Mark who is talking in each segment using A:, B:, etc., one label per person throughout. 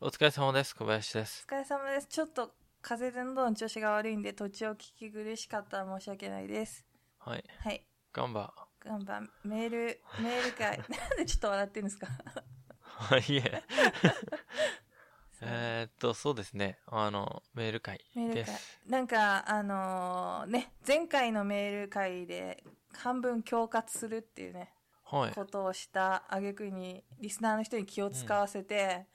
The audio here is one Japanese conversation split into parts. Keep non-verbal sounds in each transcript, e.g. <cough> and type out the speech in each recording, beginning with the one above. A: お疲れ様です。小林です。
B: お疲れ様です。ちょっと風邪で喉の調子が悪いんで、途中お聞き苦しかったら申し訳ないです。
A: はい。
B: はい。
A: ガン
B: <laughs>
A: バ。
B: ガンバ、メール、メール会。 <laughs> なんでちょっと笑ってるんですか
A: いえ。えーっと、そうですね。あの、メール会
B: メール
A: で
B: 会
A: す。。
B: なんか、あのーね、前回のメール会で、半分恐喝するっていうね、
A: はい。
B: ことをした挙句に、リスナーの人に気を使わせて、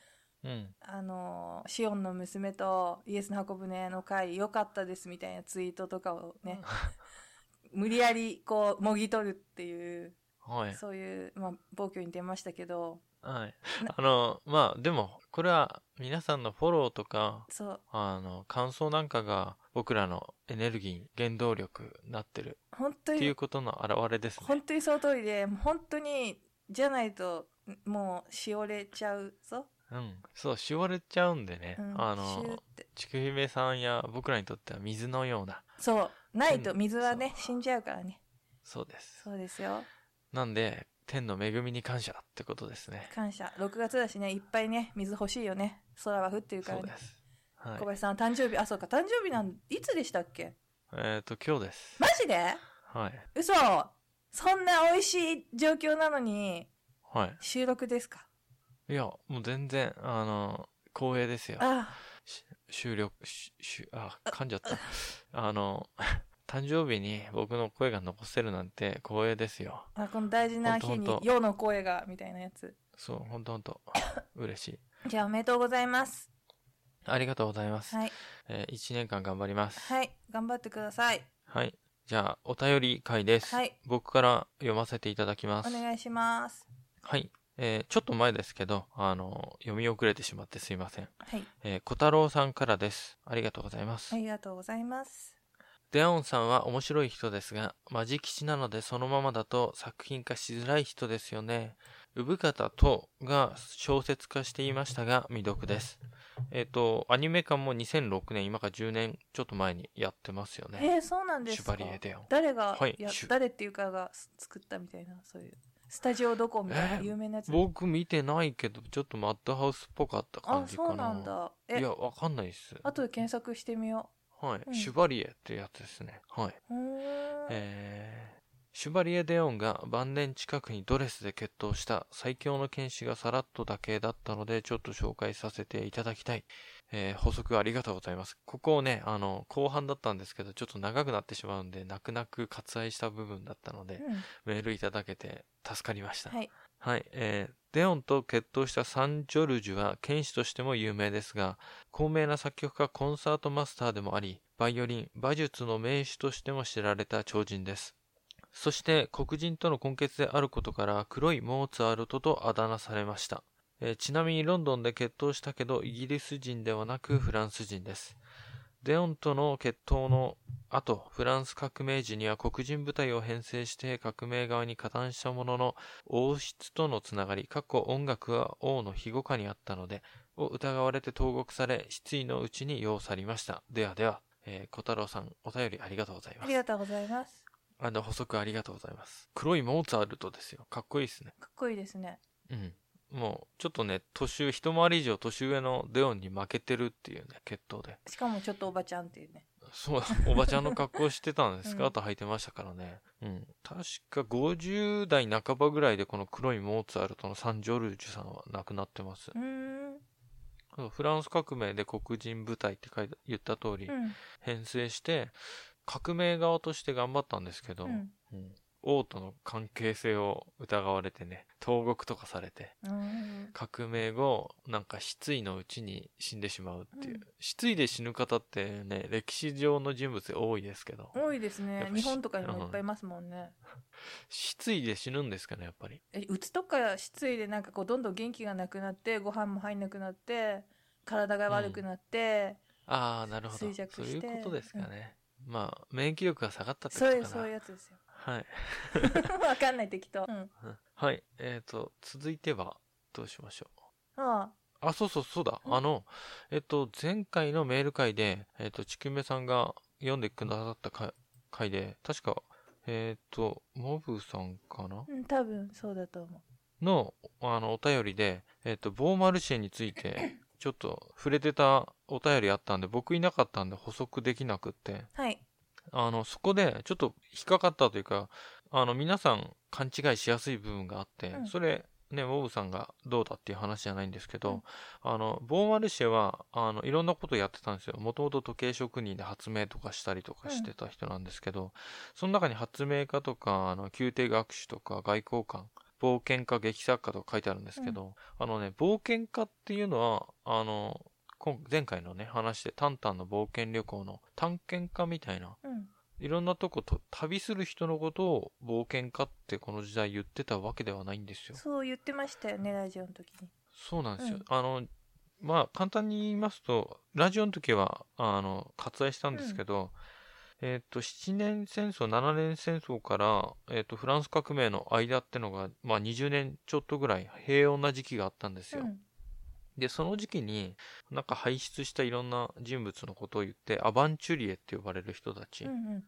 A: うん。
B: あのーシオンの娘とイエスの箱舟の会良かったですみたいなツイートとかをね、 <laughs> 無理やりこう、もぎ取るっていう、
A: はい。
B: そういう、まあ、暴挙に出ましたけど、
A: はい
B: な。
A: あの、まあ、でも、これは皆さんのフォローとか、
B: そう、
A: あの、感想なんかが僕らのエネルギー、原動力になってる
B: 本当
A: ってい
B: に
A: う、ことの表れですね。
B: 本当にその通りで、もう本当に、じゃないと、もう、しおれちゃうぞ。
A: うん。そう、しおれちゃうんでね。
B: うん、
A: あ
B: しゅー
A: の
B: っ、て
A: ちくひめさんや僕らにとっては水のような。
B: そう、ないと
A: うん
B: 水はね、
A: そう
B: 死んじゃうからね。
A: そうです。
B: そうですよ。
A: なんで、天の恵みに感謝ってことですね。
B: 感謝。6月だしね、いっぱいね、水欲しいよね。空は降ってる
A: そ
B: から
A: う
B: ね
A: で。す。は
B: 小
A: い。
B: 林さん誕生日あそうか誕生日なんいつでしたっけ
A: えっ、と、今日です。
B: マジで
A: はい。
B: 嘘そんな美味しい状況なのに
A: は
B: 収録ですか
A: い。いや、もう全然、あの、光栄ですよ。
B: あ
A: し収録、し、しあ、噛んじゃった。あの、 <laughs> 誕生日に僕の声が残せるなんて光栄ですよ。
B: あこの大事な日
A: ほん
B: に
A: とほんと
B: 世の声がみたいなやつ
A: そう、ほんとほんと。嬉しい。
B: じゃあおめでとうございます
A: ありがとうございます。
B: はい
A: えー、1年間頑張ります。
B: はい頑張ってください
A: はい。じゃあ、お便り会です。
B: はい
A: 僕から読ませていただきま
B: お
A: す。
B: 願いします
A: はい。えーちょっと前ですけど、あの、読み遅れてしまってすいません。
B: はい
A: えー小太郎さんからです。ありがとうございます。
B: ありがとうございます
A: デアオンさんは面白い人ですが、マジ吉なのでそのままだと作品化しづらい人ですよね。産方とが小説化していましたが、未読です。えっ、と、アニメ化も2006年、今から10年ちょっと前にやってますよね。
B: えー、そうなんで
A: シ
B: す
A: ュ
B: か
A: バリエデアオン。
B: 誰が、
A: はい
B: や
A: シュ
B: 誰っていうかが作ったみたいなそういうスタジオどこみたいな
A: えー
B: 有名なやつ、
A: 僕見てないけど、ちょっとマッドハウスっぽかった
B: あ
A: 感じかな。
B: そうなんだ
A: い
B: え
A: や、わかんないです。
B: あとで検索してみよ
A: はい、
B: うん
A: シュバリエってやつですね。はい。
B: ううーん
A: えーシュバリエ・デオンが晩年近くにドレスで決闘した最強の剣士がさらっとだけだったので、ちょっと紹介させていただきたい。えー補足ありがとうございます。ここをね、あの、後半だったんですけど、ちょっと長くなってしまうんで、泣く泣く割愛した部分だったので、
B: うん
A: メールいただけて助かりました。
B: はい。
A: はい、えーデオンと決闘したサン・ジョルジュは剣士としても有名ですが、高名な作曲家コンサートマスターでもあり、バイオリン、馬術の名手としても知られた超人です。そして黒人との根血であることから黒いモーツァルトとあだ名されました。えーちなみにロンドンで決闘したけどイギリス人ではなくフランス人です。デオンとの決闘の後、フランス革命時には黒人部隊を編成して革命側に加担したものの、王室とのつながり、過去音楽は王の庇護下にあったので、を疑われて投獄され、失意のうちに世を去りました。ではでは、えー小太郎さん、お便りありがとうござい
B: あ
A: ます
B: り。がとうございます。
A: あの、補足ありがとうございます。黒いモーツァルトですよ。かっこいいですね。
B: かっこいいですね。
A: うん。もう、ちょっとね、年上、一回り以上年上のデオンに負けてるっていうね、決闘で。
B: しかもちょっとおばちゃんっていうね。
A: そう、おばちゃんの格好してたんですか、
B: うん
A: あと履いてましたからね。うん。確か50代半ばぐらいでこの黒いモーツァルトのサンジョルジュさんは亡くなってます
B: う。ーん。
A: そうフランス革命で黒人部隊って書いて言った通り、
B: うん。
A: 編成して、革命側として頑張ったんですけど、
B: うん。
A: うん王との関係性を疑われてね、投獄とかされて、
B: うん。
A: 革命後、なんか失意のうちに死んでしまうっていう。
B: うん
A: 失意で死ぬ方ってね、歴史上の人物で多いですけど、
B: 多いです
A: やっ
B: ね
A: ぱ。し
B: 日本とかにもいっぱいいますもんね。
A: 失意で死ぬんですかね、やっぱり。
B: え、うつとか失意でなんかこうどんどん元気がなくなって、ご飯も入んなくなって、体が悪くなって、
A: ああ、なるほど。
B: 衰弱
A: そうい
B: して
A: うことですかね。まあ、免疫力が下がったってこ
B: そうい
A: と
B: う、
A: か
B: そういう
A: な。
B: やつですよ。 <laughs>
A: はい。
B: わかんない適当。う
A: う
B: ん。
A: んはい。えっ、と、続いては、どうしましょう。
B: あ
A: あ、そうそう、そうだ。
B: うん
A: あの、えっと、前回のメール会で、えっと、ちくめさんが読んでくださった回回で、確か、えっと、モブさんかな
B: あ。うん、多分そうだと思
A: の、あの、お便りで、えっと、ボーマルシェについてちょっと触れてたお便りあったんで、僕いなかったんで補足できなくって、
B: はい。
A: あの、そこでちょっと引っかかったというか、あの、皆さん勘違いしやすい部分があって、
B: うん
A: それ、ね、ウォブさんがどうだっていう話じゃないんですけど、
B: うん
A: あの、ボーマルシェは、あの、いろんなことやってたんですよ。もともと時計職人で発明とかしたりとかしてた人なんですけど、その中に発明家とか、あの、宮廷学士とか外交官、冒険家、劇作家とか書いてあるんですけど、あのね、冒険家っていうのは、あの、今前回のね、話で、タンタンの冒険旅行の探検家みたいな
B: うん。
A: いろんなとこと旅する人のことを冒険家ってこの時代言ってたわけではないんですよ。
B: そう言ってましたよね、ラジオの時に。
A: そうなんですよ。
B: うん
A: あの、まあ簡単に言いますと、ラジオの時は、あの、割愛したんですけど、えっと、7年戦争、7年戦争から、えっと、フランス革命の間ってのが、まあ20年ちょっとぐらい平穏な時期があったんですよ。
B: うん。
A: で、その時期に、なんか輩出したいろんな人物のことを言って、アバンチュリエって呼ばれる人たち。
B: うんうん。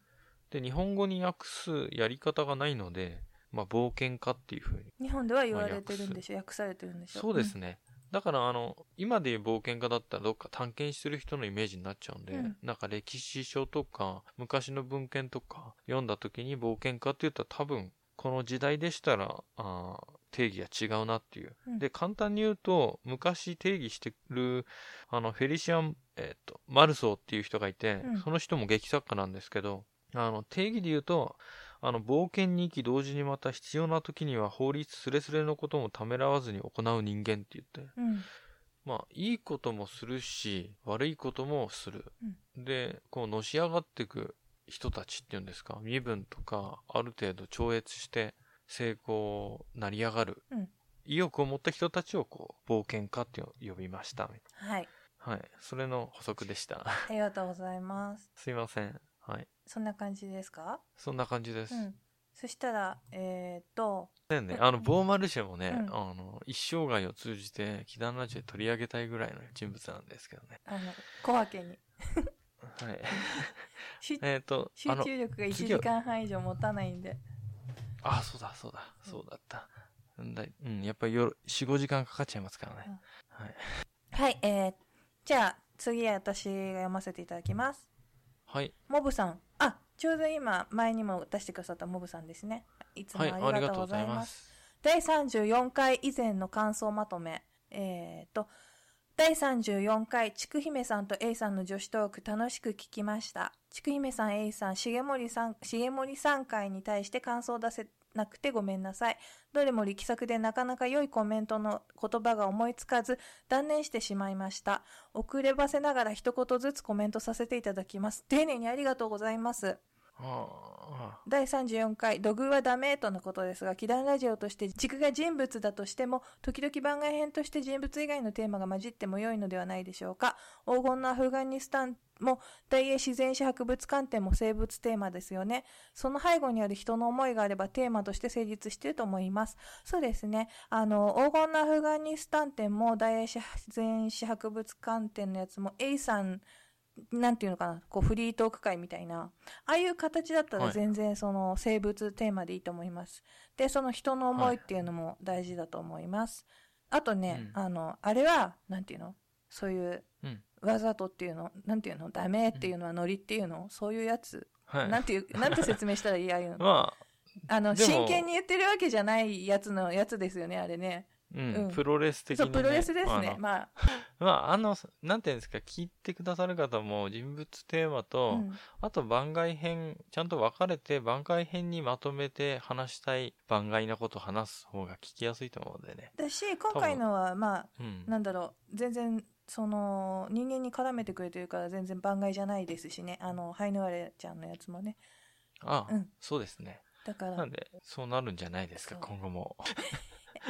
A: で、日本語に訳すやり方がないので、まあ、冒険家っていうふうに。
B: 日本では言われてるんでしょ訳されてるんでしょ
A: そうですね。だから、あの、今で言う冒険家だったらどっか探検する人のイメージになっちゃうんで、
B: うん
A: なんか歴史書とか、昔の文献とか読んだ時に冒険家って言ったら多分、この時代でしたら、あー定義が違うなっていう。
B: うん
A: で、簡単に言うと、昔定義してる、あの、フェリシアン、えっ、と、マルソーっていう人がいて、
B: うん
A: その人も劇作家なんですけど、あの、定義で言うと、あの、冒険に行き同時にまた必要な時には法律すれすれのこともためらわずに行う人間って言って、
B: うん、
A: まあ、いいこともするし、悪いこともする。で、こう、のし上がっていく人たちっていうんですか、身分とか、ある程度超越して、成功、成り上がる、
B: うん
A: 意欲を持った人たちを、こう、冒険家って呼びました。
B: はい
A: はい。それの補足でした。 <laughs>
B: ありがとうございます
A: すいません。はい。
B: そんな感じですか
A: そんな感じです。
B: う
A: ね
B: んそしたらえー、っと
A: ね、あの、ボーマルシェもね、
B: うん
A: あの、一生涯を通じて、キダンラジオで取り上げたいぐらいの人物なんですけどね。
B: あの小分けに
A: はい。<laughs>
B: し
A: えっ、と、
B: 集
A: あの、
B: 中力が1
A: 次は
B: 時間半以上持たないんで
A: あ、そうだ、そうだ、そうだった。うんだいうん、やっぱり夜、4、5時間かかっちゃいますからね。はい。
B: はいえー、じゃあ次は私が読ませていただきます
A: はい、
B: モブさんあちょうど今前にも出してくださったモブさんですねいつも
A: はい、
B: あ
A: あ
B: り
A: りが
B: が
A: と
B: と
A: う
B: うご
A: ご
B: ざ
A: ざ
B: い
A: い
B: ま
A: ますす。
B: 第34回以前の感想まとめ。えー、と、第34回、ちくひめさんと A さんの女子トーク楽しく聞きました。ちくひめさん、A さん、重森さん、重森さん回に対して感想を出せなくてごめんなさい。どれも力作でなかなか良いコメントの言葉が思いつかず、断念してしまいました。遅ればせながら一言ずつコメントさせていただきます。丁寧にありがとうございます。
A: ああ、
B: 第34回「土偶はダメ」とのことですが、祈願ラジオとして軸が人物だとしても、時々番外編として人物以外のテーマが混じっても良いのではないでしょうか。黄金のアフガニスタンも、大英自然史博物館展も生物テーマですよね。その背後にある人の思いがあればテーマとして成立していると思います。そうですね。あの、黄金のアフガニスタン展も、大英自然史博物館展のやつも、A さん、なんていうのかな、こう、フリートーク会みたいな、ああいう形だったら
A: はい
B: 全然その生物テーマでいいと思います。で、その人の思いっていうのも大事だと思います。あとね、
A: う
B: あの、あれは、なんていうのそういう
A: うん、
B: わざとっていうの、なんていうのダメっていうのはノリっていうのそういうやつ。
A: はい。
B: なんて
A: <laughs>
B: いう、なんて説明したらいいああいうの。
A: まあ、
B: あの、
A: でも
B: 真剣に言ってるわけじゃないやつのやつですよね、あれね。
A: うん、
B: うん
A: プロレス的
B: そ
A: な、
B: う、
A: ね。
B: プロレスです
A: あ
B: ね
A: の。
B: まあ、
A: まあ、あの、なんていうんですか、聞いてくださる方も、人物テーマと、
B: うん
A: あと番外編、ちゃんと分かれて、番外編にまとめて話したい番外なこと話す方が聞きやすいと思うんでね。
B: だし、今回のは、まあ、
A: うん。
B: なんだろう、全然、その、人間に絡めてくれてるから全然番外じゃないですしね。あの、ハイヌワレちゃんのやつもね。
A: あ、
B: うん
A: そうですね。
B: だから、
A: なんで、そうなるんじゃないですか、
B: そう
A: 今後も。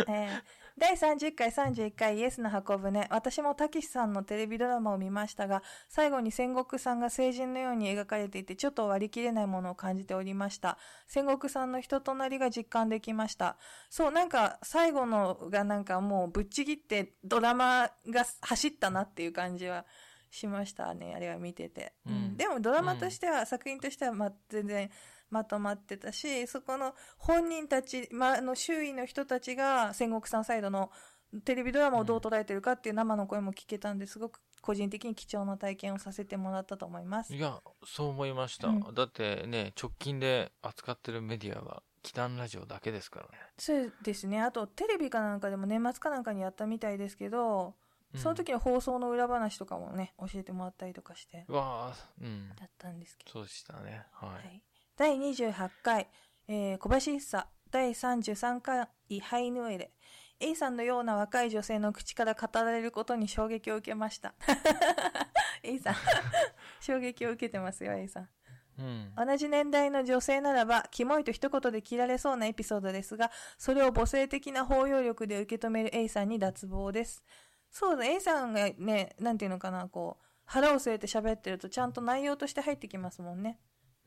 B: えー第30回31回イエスの箱舟私もたけしさんのテレビドラマを見ましたが最後に戦国さんが成人のように描かれていてちょっと割り切れないものを感じておりました戦国さんの人となりが実感できましたそうなんか最後のがなんかもうぶっちぎってドラマが走ったなっていう感じはしましたねあれは見てて、
A: うん
B: でもドラマとしては、作品としてはま全然まとまってたしそこの本人たち、ま、あの周囲の人たちが戦国さんサイドのテレビドラマをどう捉えてるかっていう生の声も聞けたんですごく個人的に貴重な体験をさせてもらったと思います
A: い。や、そう思いました。
B: うん
A: だってね、直近で扱ってるメディアは、祈談ラジオだけですからね。
B: そうですね。あとテレビかなんかでも年末かなんかにやったみたいですけ
A: う
B: ど、
A: ん
B: その時の放送の裏話とかもね、教えてもらったりとかして、
A: うわあ、うん。
B: だったんですけど。
A: そうでしたね。は。
B: はいい、第28回、えー小林一茶第33回ハイヌエレ A さんのような若い女性の口から語られることに衝撃を受けました <laughs> A さん衝撃を受けてますよ A さん
A: うん。
B: 同じ年代の女性ならばキモいと一言で切られそうなエピソードですがそれを母性的な包容力で受け止める A さんに脱帽ですそうだ A さんがねなんていうのかなこう腹を据えて喋ってるとちゃんと内容として入ってきますもんね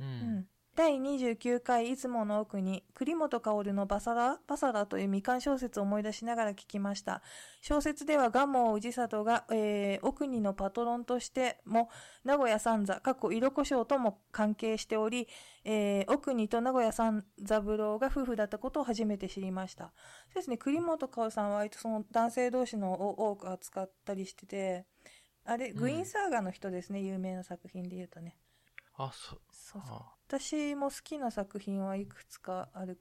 A: う。
B: うんん第29回「出雲の奥に」栗本薫のバサラ「バサラ」という未完小説を思い出しながら聞きました小説では蒲生氏里が、えー、奥にのパトロンとしても名古屋三座過去色胡椒とも関係しており、えー、奥にと名古屋三三郎が夫婦だったことを初めて知りましたそうですね栗本薫さんは割とその男性同士のを多く扱ったりしててあれ、
A: ん
B: グイーンサーガの人ですね有名な作品で言うとね
A: あ、そう。
B: そうそう
A: あ
B: 私も好きな作品はいくつかある。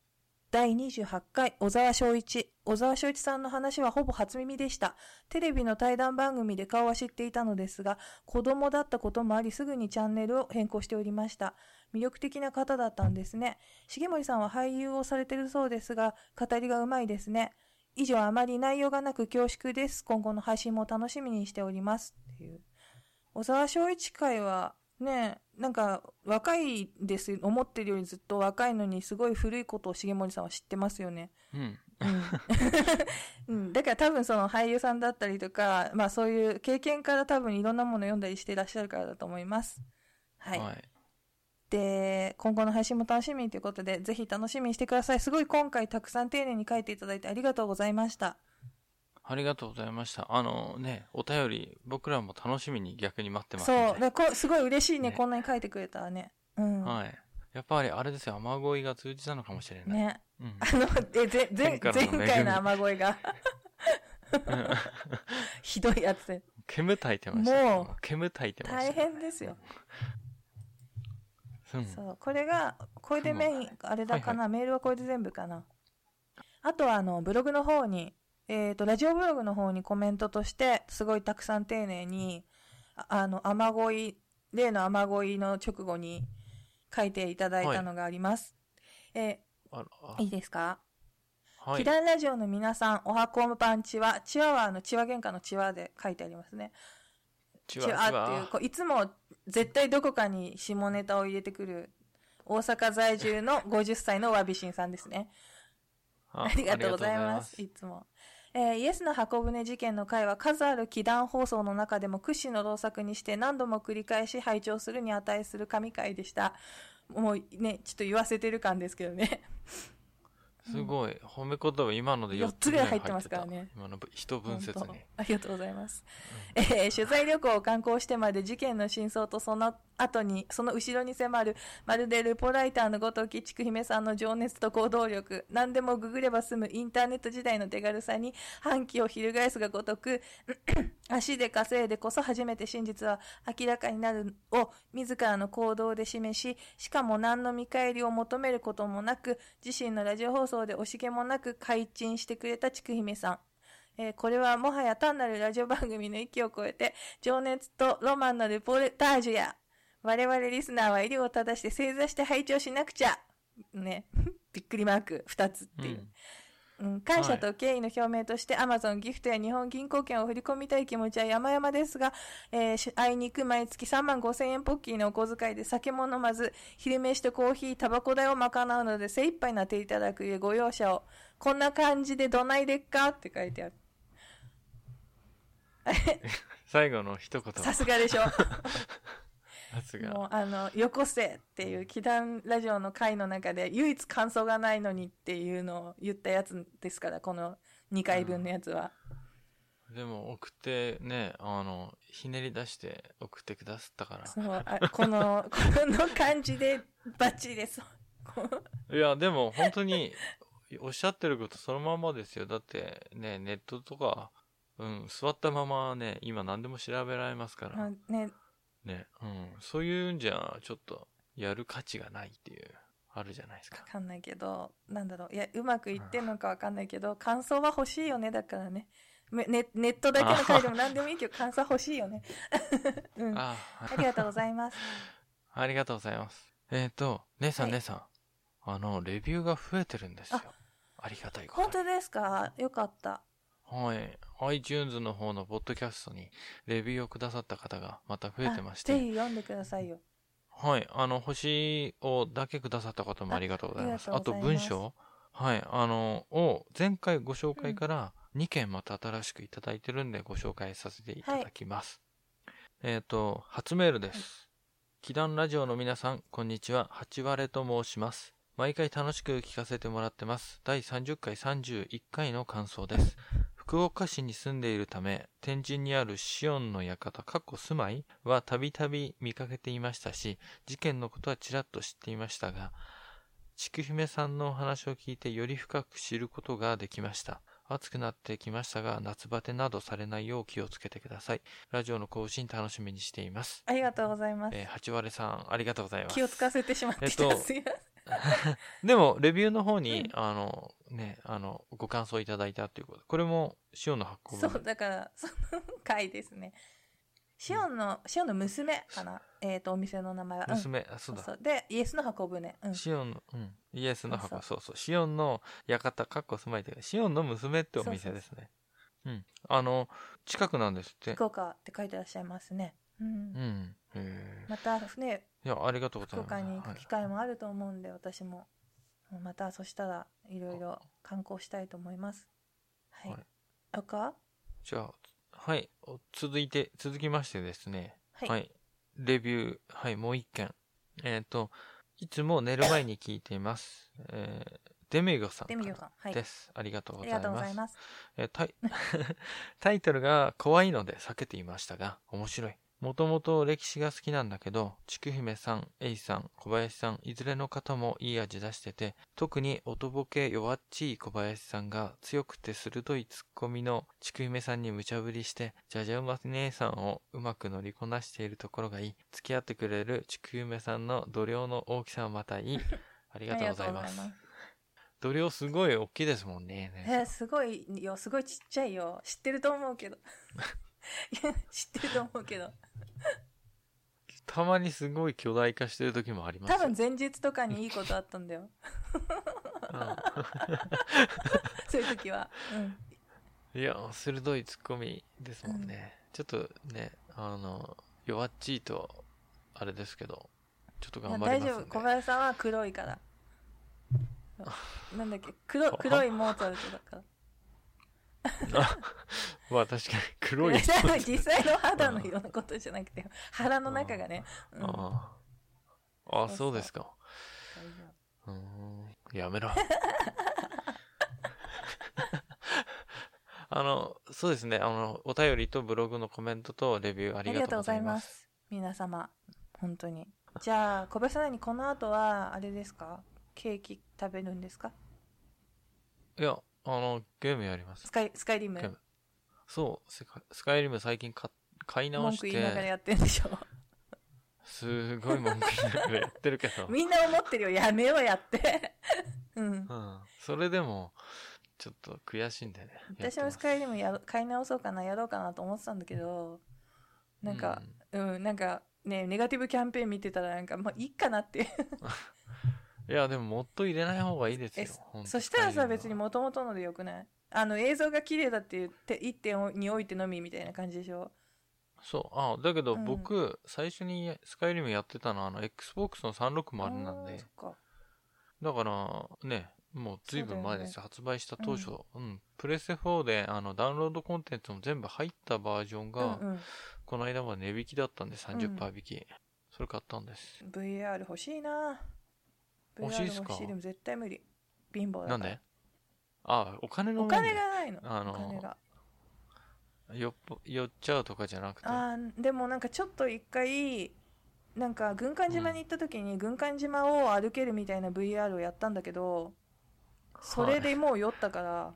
B: 第28回、小沢昭一。小沢昭一さんの話はほぼ初耳でした。テレビの対談番組で顔は知っていたのですが、子供だったこともありすぐにチャンネルを変更しておりました。魅力的な方だったんですね。重森さんは俳優をされてるそうですが、語りがうまいですね。以上、あまり内容がなく恐縮です。今後の配信も楽しみにしております。っていう。小沢昭一会は、ね、なんか、若いです。思ってるよりずっと若いのに、すごい古いことを重森さんは知ってますよね。
A: うん。
B: うんうん、だから多分その俳優さんだったりとか、まあそういう経験から多分いろんなもの読んだりしていらっしゃるからだと思います。はい。
A: はい。
B: で、今後の配信も楽しみということで、ぜひ楽しみにしてください。すごい今回たくさん丁寧に書いていただいてありがとうございました。
A: ありがとうございました。あのね、お便り、僕らも楽しみに逆に待ってます
B: そう。
A: んで。
B: だからこすごい嬉しいね。
A: ね
B: こんなに書いてくれたらね。うん。
A: はい。やっぱりあれですよ、雨乞いが通じたのかもしれない。
B: ね。
A: うん。
B: あの、え、ぜ、
A: 前
B: 前
A: 回の恵み
B: 前回の雨乞いが
A: うん
B: ひどいやつで。
A: 煙たいてましたけど。
B: も
A: 煙たいてました。
B: 大変ですよ。
A: うん。
B: そう。これが、これでメイン、あれだかな、メールはこれで全部かな。あとは、あの、ブログの方に、えっ、と、ラジオブログの方にコメントとして、すごいたくさん丁寧に、ああの、雨乞い、例の雨乞いの直後に書いていただいたのがあります。え
A: あら
B: ーいいですか
A: あは
B: キ
A: い。
B: ダンラジオの皆さん、おはこんパンチは、チワワのチワ喧嘩のチワで書いてありますね。
A: チ
B: チワっていう、こういつも絶対どこかに下ネタを入れてくる、大阪在住の50歳のわびしんさんですね。
A: あ
B: ありがとうございます。いつも。えーイエスの箱舟事件の回は数ある祈談放送の中でも屈指の老作にして何度も繰り返し拝聴するに値する神回でした。もうね、ちょっと言わせてる感ですけどね。
A: すごい。褒め言葉、今ので4
B: 四つ
A: つぐ
B: ぐら
A: ら
B: い
A: い
B: 入
A: 入ってて
B: っま
A: ますす
B: か
A: からら
B: ね
A: ね。今の一文節
B: 本当
A: に。
B: ありがとうございます。えー取材旅行を観光してまで事件の真相とその後に、その後ろに迫る、まるでルポライターのごとき、ちくひめさんの情熱と行動力、何でもググれば済むインターネット時代の手軽さに、反旗を翻すがごとく、 <clears throat> 足で稼いでこそ初めて真実は明らかになるを自らの行動で示し、しかも何の見返りを求めることもなく、自身のラジオ放送で惜しげもなく開陳してくれたちくひめさん。えーこれはもはや単なるラジオ番組の域を超えて、情熱とロマンのルポルタージュや、我々リスナーは襟を正して正座して拝聴しなくちゃね、 <laughs> びっくりマーク2つっていう。うん、感謝と敬意の表明として、Amazon ギフトや日本銀行券を振り込みたい気持ちは山々ですが、えーしあいにく毎月3万5千円ポッキーのお小遣いで酒も飲まず、昼飯とコーヒー、タバコ代を賄うので精一杯なっていただくゆえご容赦を。こんな感じでどないでっかって書いてある。
A: 最後の一言は
B: さすがでしょ。
A: さす
B: も
A: が。
B: うあの「よこせ」っていう祈願ラジオの回の中で唯一感想がないのにっていうのを言ったやつですからこの2回分のやつは、
A: でも送ってね、あの、ひねり出して送ってくださったか
B: そのあこの <laughs> この感じでバッチリです <laughs>
A: ら。いや、でも本当におっしゃってることそのままですよ。だってね、ネットとか、うん、座ったままね、今何でも調べられますから。
B: まあね、
A: ね、うん、そういうんじゃ、ちょっと、やる価値がないっていう、あるじゃないですか
B: わ。かんないけど、なんだろう。いや、うまくいってんのかわかんないけど、感想は欲しいよね、だからね。めネネットだけの回でも何でもいいけど、感想は欲しいよね。 <laughs> うん。あ
A: ああ、
B: りがとうございます。
A: ありがとうございます。えっ、と、姉さん、
B: はい
A: 姉さん、あの、レビューが増えてるんですよ。ありがたいこ
B: 本
A: と
B: 当
A: に。
B: ですかよかった。
A: はい。iTunes の方のポッドキャストにレビューをくださった方がまた増えてまし
B: あぜ
A: て。
B: ひ読んでくださいよ。
A: はい。あの、星をだけくださった方もありがとうございます。あ
B: あありがと
A: と
B: うござ
A: 文
B: います
A: 章はい。あの、を前回ご紹介から2件また新しくいただいてるんでご紹介させていただきます。えっ、と、初メールです。祈願ラジオの皆さん、こんにちは。八割れと申します。毎回楽しく聞かせてもらってます。第30回31回の感想です。福岡市に住んでいるため、天神にあるシオンの館、かっこ住まいはたびたび見かけていましたし、事件のことはちらっと知っていましたが、ちくひめさんのお話を聞いてより深く知ることができました。暑くなってきましたが、夏バテなどされないよう気をつけてください。ラジオの更新楽しみにしています。
B: ありがとうございます。
A: えー、八割さん、ありがとうございます。
B: 気を使わせてしまっていた、
A: えっと
B: すいま
A: でも、レビューの方に、
B: うん
A: あの、ね、あの、ご感想いただいたということ。これも、塩の発行
B: せん。
A: 分
B: そう、だから、その回ですね。シオンの、シオンの娘かな。えっ、と、お店の名前は。うん
A: 娘、あ、そうだ。
B: そうで、イエスの箱舟。うん。
A: シオンの、うん、イエスの
B: そ
A: 箱、
B: う
A: そうそう、シオンの館、かっこ住まいて、シオンの娘ってお店ですね。うん。あの、近くなんですって。
B: 福岡って書いてらっしゃいますね。うん
A: う。ん。へ
B: またね、
A: え。いや、ありがとうござい
B: 福
A: ます。
B: 岡に行く機会もあると思うんで、私も。また、そしたら、いろいろ観光したいと思います。はい。
A: はい
B: 他
A: はいじゃあ、はい、お続いて、続きましてですね。
B: はい。
A: はい。レビュー、はい、もう一件。えっ、と、いつも寝る前に聞いています。えー、デミゴさん
B: デ
A: か
B: ミギョ
A: ら
B: さん。はい。
A: です。ありがとう
B: あ
A: ござ
B: り
A: いま
B: が
A: す。
B: とう
A: え
B: ございます。
A: ータイ <laughs> タイトルが怖いので避けていましたが、面白い。もともと歴史が好きなんだけど、ちくひめさん、えいさん、小林さん、いずれの方もいい味出してて、特に音ボケ弱っちい小林さんが強くて鋭いツッコミのちくひめさんに無茶ぶりして、じゃじゃ馬姉さんをうまく乗りこなしているところがいい。付き合ってくれるちくひめさんの度量の大きさはまたいい。ありがとうございます。
B: あり
A: 度量すごい大きいですもんね。姉さん
B: えーすごいよ、すごいちっちゃいよ。知ってると思うけど。 <laughs> いや知ってると思うけど。
A: たまにすごい巨大化してる時もあります
B: 多
A: よ。
B: 分前日とかにいいことあったんだよ。そういう時は。うん。
A: うんいや、鋭いツッコミですもんね。ちょっとね、あの、弱っちいと、あれですけど、ちょっと
B: いや
A: 頑張り
B: 大
A: ま
B: 丈
A: す
B: 夫
A: ん
B: 小
A: で。
B: 林さんは黒いからなんだっけ
A: <laughs>
B: 黒黒いモーツァルトだから
A: まあ確かに黒い。
B: 実際の肌の色のことじゃなくて腹の中がね、うん、大丈
A: あああ、
B: そうそう
A: そうですか。
B: 夫
A: うーんやめろ。 <laughs> あの、そうですね。あの、お便りとブログのコメントとレビューあ
B: あ
A: り
B: り
A: が
B: が
A: とうご
B: とうご
A: ざ
B: ざ
A: い
B: い
A: ま。
B: ますす皆様本当にじゃあ小林さんにこの後はあれですかケーキ食べるんですか
A: いや、あの、ゲームやります
B: ス。カイスカイリム
A: ゲームそう、スカスカイリム最近買買い直
B: 文
A: し
B: 句言いながら
A: て、
B: やってるんでしょ
A: すごい文句言いながらやってるけど、
B: <laughs> みんな思ってるよやめようやって <laughs> う
A: う
B: ん
A: ん、それでも、ちょっと悔しいんでね。やって
B: 私
A: ま
B: も
A: す
B: スカイリムやろ買い直そうかなやろうかなと思ってたんだけどなんか、うん、なんかね、ネガティブキャンペーン見てたらなんか、まあ、いいかなって。
A: うんいや、でももっと入れない方がいいですよ
B: え。
A: ほんと
B: そしたらさ、
A: スカイリ
B: 別に
A: ムは
B: もともとのでよくないあの、映像が綺麗だって言って、一点においてのみみたいな感じでしょ
A: そう、あ、だけど
B: うん
A: 僕、最初にスカイリムやってたのは、あの、Xbox の360なん
B: あー
A: で
B: そっ、か。
A: だから、ね、もう随分前ですよ、発売した当初、うん、プレステ4で、あの、ダウンロードコンテンツも全部入ったバージョンが、
B: うん
A: この間は値引きだったんで30%
B: う
A: 引き、それ買ったんです
B: うん。VR 欲しいな
A: 欲しいっす
B: VR
A: か
B: 欲しい。でも絶対無理。貧乏
A: な
B: だから。
A: んであお金の
B: お
A: 面
B: 金
A: で
B: がないの。
A: あの
B: お金が。
A: よっぽ酔っちゃうとかじゃなくてあ
B: あーでもなんかちょっと一回、なんか軍艦島に行った時に軍艦島を歩けるみたいな VR をやったんだけど、それでもう酔ったから、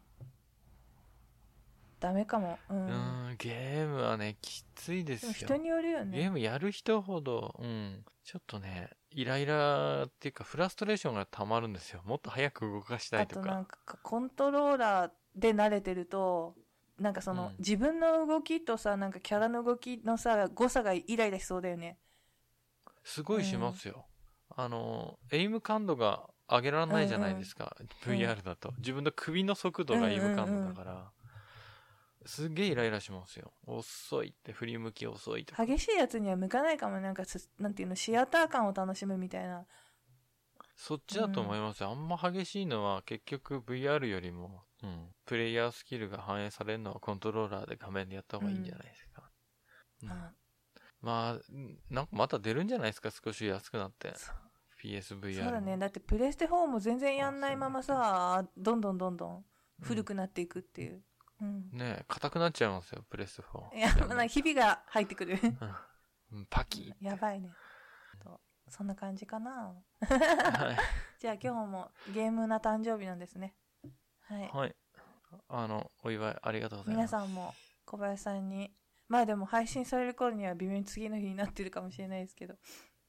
B: ダメかもうん
A: う
B: で
A: んゲームはねきついです
B: も
A: よ
B: 人によるよね
A: ゲームやる人ほど、うん、ちょっとね、イライラっていうか、フラストレーションが溜まるんですよ。もっと早く動かしたい
B: あ
A: と
B: とな
A: か。
B: んかコントローラーで慣れてるとなんかその、
A: うん
B: 自分の動きとさなんかキャラの動きのさ誤差がイライラしそうだよね
A: すごいしますよ。あの、エイム感度が上げられないじゃないですか。
B: うんうん
A: VR だと。自分の首の速度がエイム感度だから。すげえイライラしますよ。遅いって、振り向き遅いとか。
B: 激しいやつには向かないかもなんかすなんていうのシアター感を楽しむみたいな
A: そっちだと思いますよ。あんま激しいのは結局 VR よりも、うん、プレイヤースキルが反映されるのはコントローラーで画面でやった方がいいんじゃないですか。うん
B: あ
A: まあ、んなんかまた出るんじゃないですか、少し安くなって。
B: そ
A: PSVR。
B: そうだね。だってプレステ4も全然やんないままさどんどんどんどん
A: うん
B: 古くなっていくっていう、うん
A: ねえ、硬くなっちゃいますよ、プレステ4。
B: いやまあ
A: い。
B: ひびが入ってく
A: <laughs>
B: る
A: うんパキ
B: やばいねとそんな感じかな
A: ッ。はい
B: じゃあ今日もゲームな誕生日なんですね。はい。
A: はい。あの、お祝いありがとうございま
B: 皆
A: す。
B: さんも小林さんに、まあでも配信される頃には微妙に次の日になってるかもしれないですけど。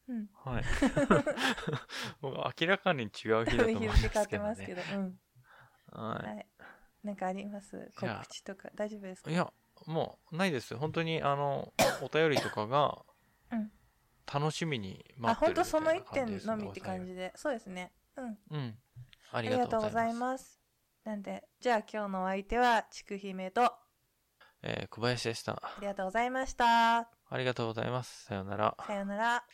B: うん。
A: <laughs> はい。 <laughs> 僕、明らかに違う日だと思うんで
B: 広げ変
A: す
B: わって
A: けど
B: ます
A: ね。
B: けど。うん。
A: は
B: はい。なんかあります
A: じゃあ
B: 告知とか大丈夫ですか
A: い。いや、もう、ないです。本当に、あの、お便りとかが
B: うん、
A: 楽しみに
B: あ、
A: 待ってる
B: 本
A: みた
B: 当
A: い
B: その
A: な感
B: 一
A: じ
B: 点
A: です
B: のみって感。じで。そうですね。う
A: お
B: ん。
A: 便りうん。あ
B: あ
A: りがとうございます。
B: す。なんで、じゃあ今日のお相手は、ちくひめと、あ
A: えー小林でした。
B: りがとうございました。
A: ありがとうございます。さようなら。
B: さようなら。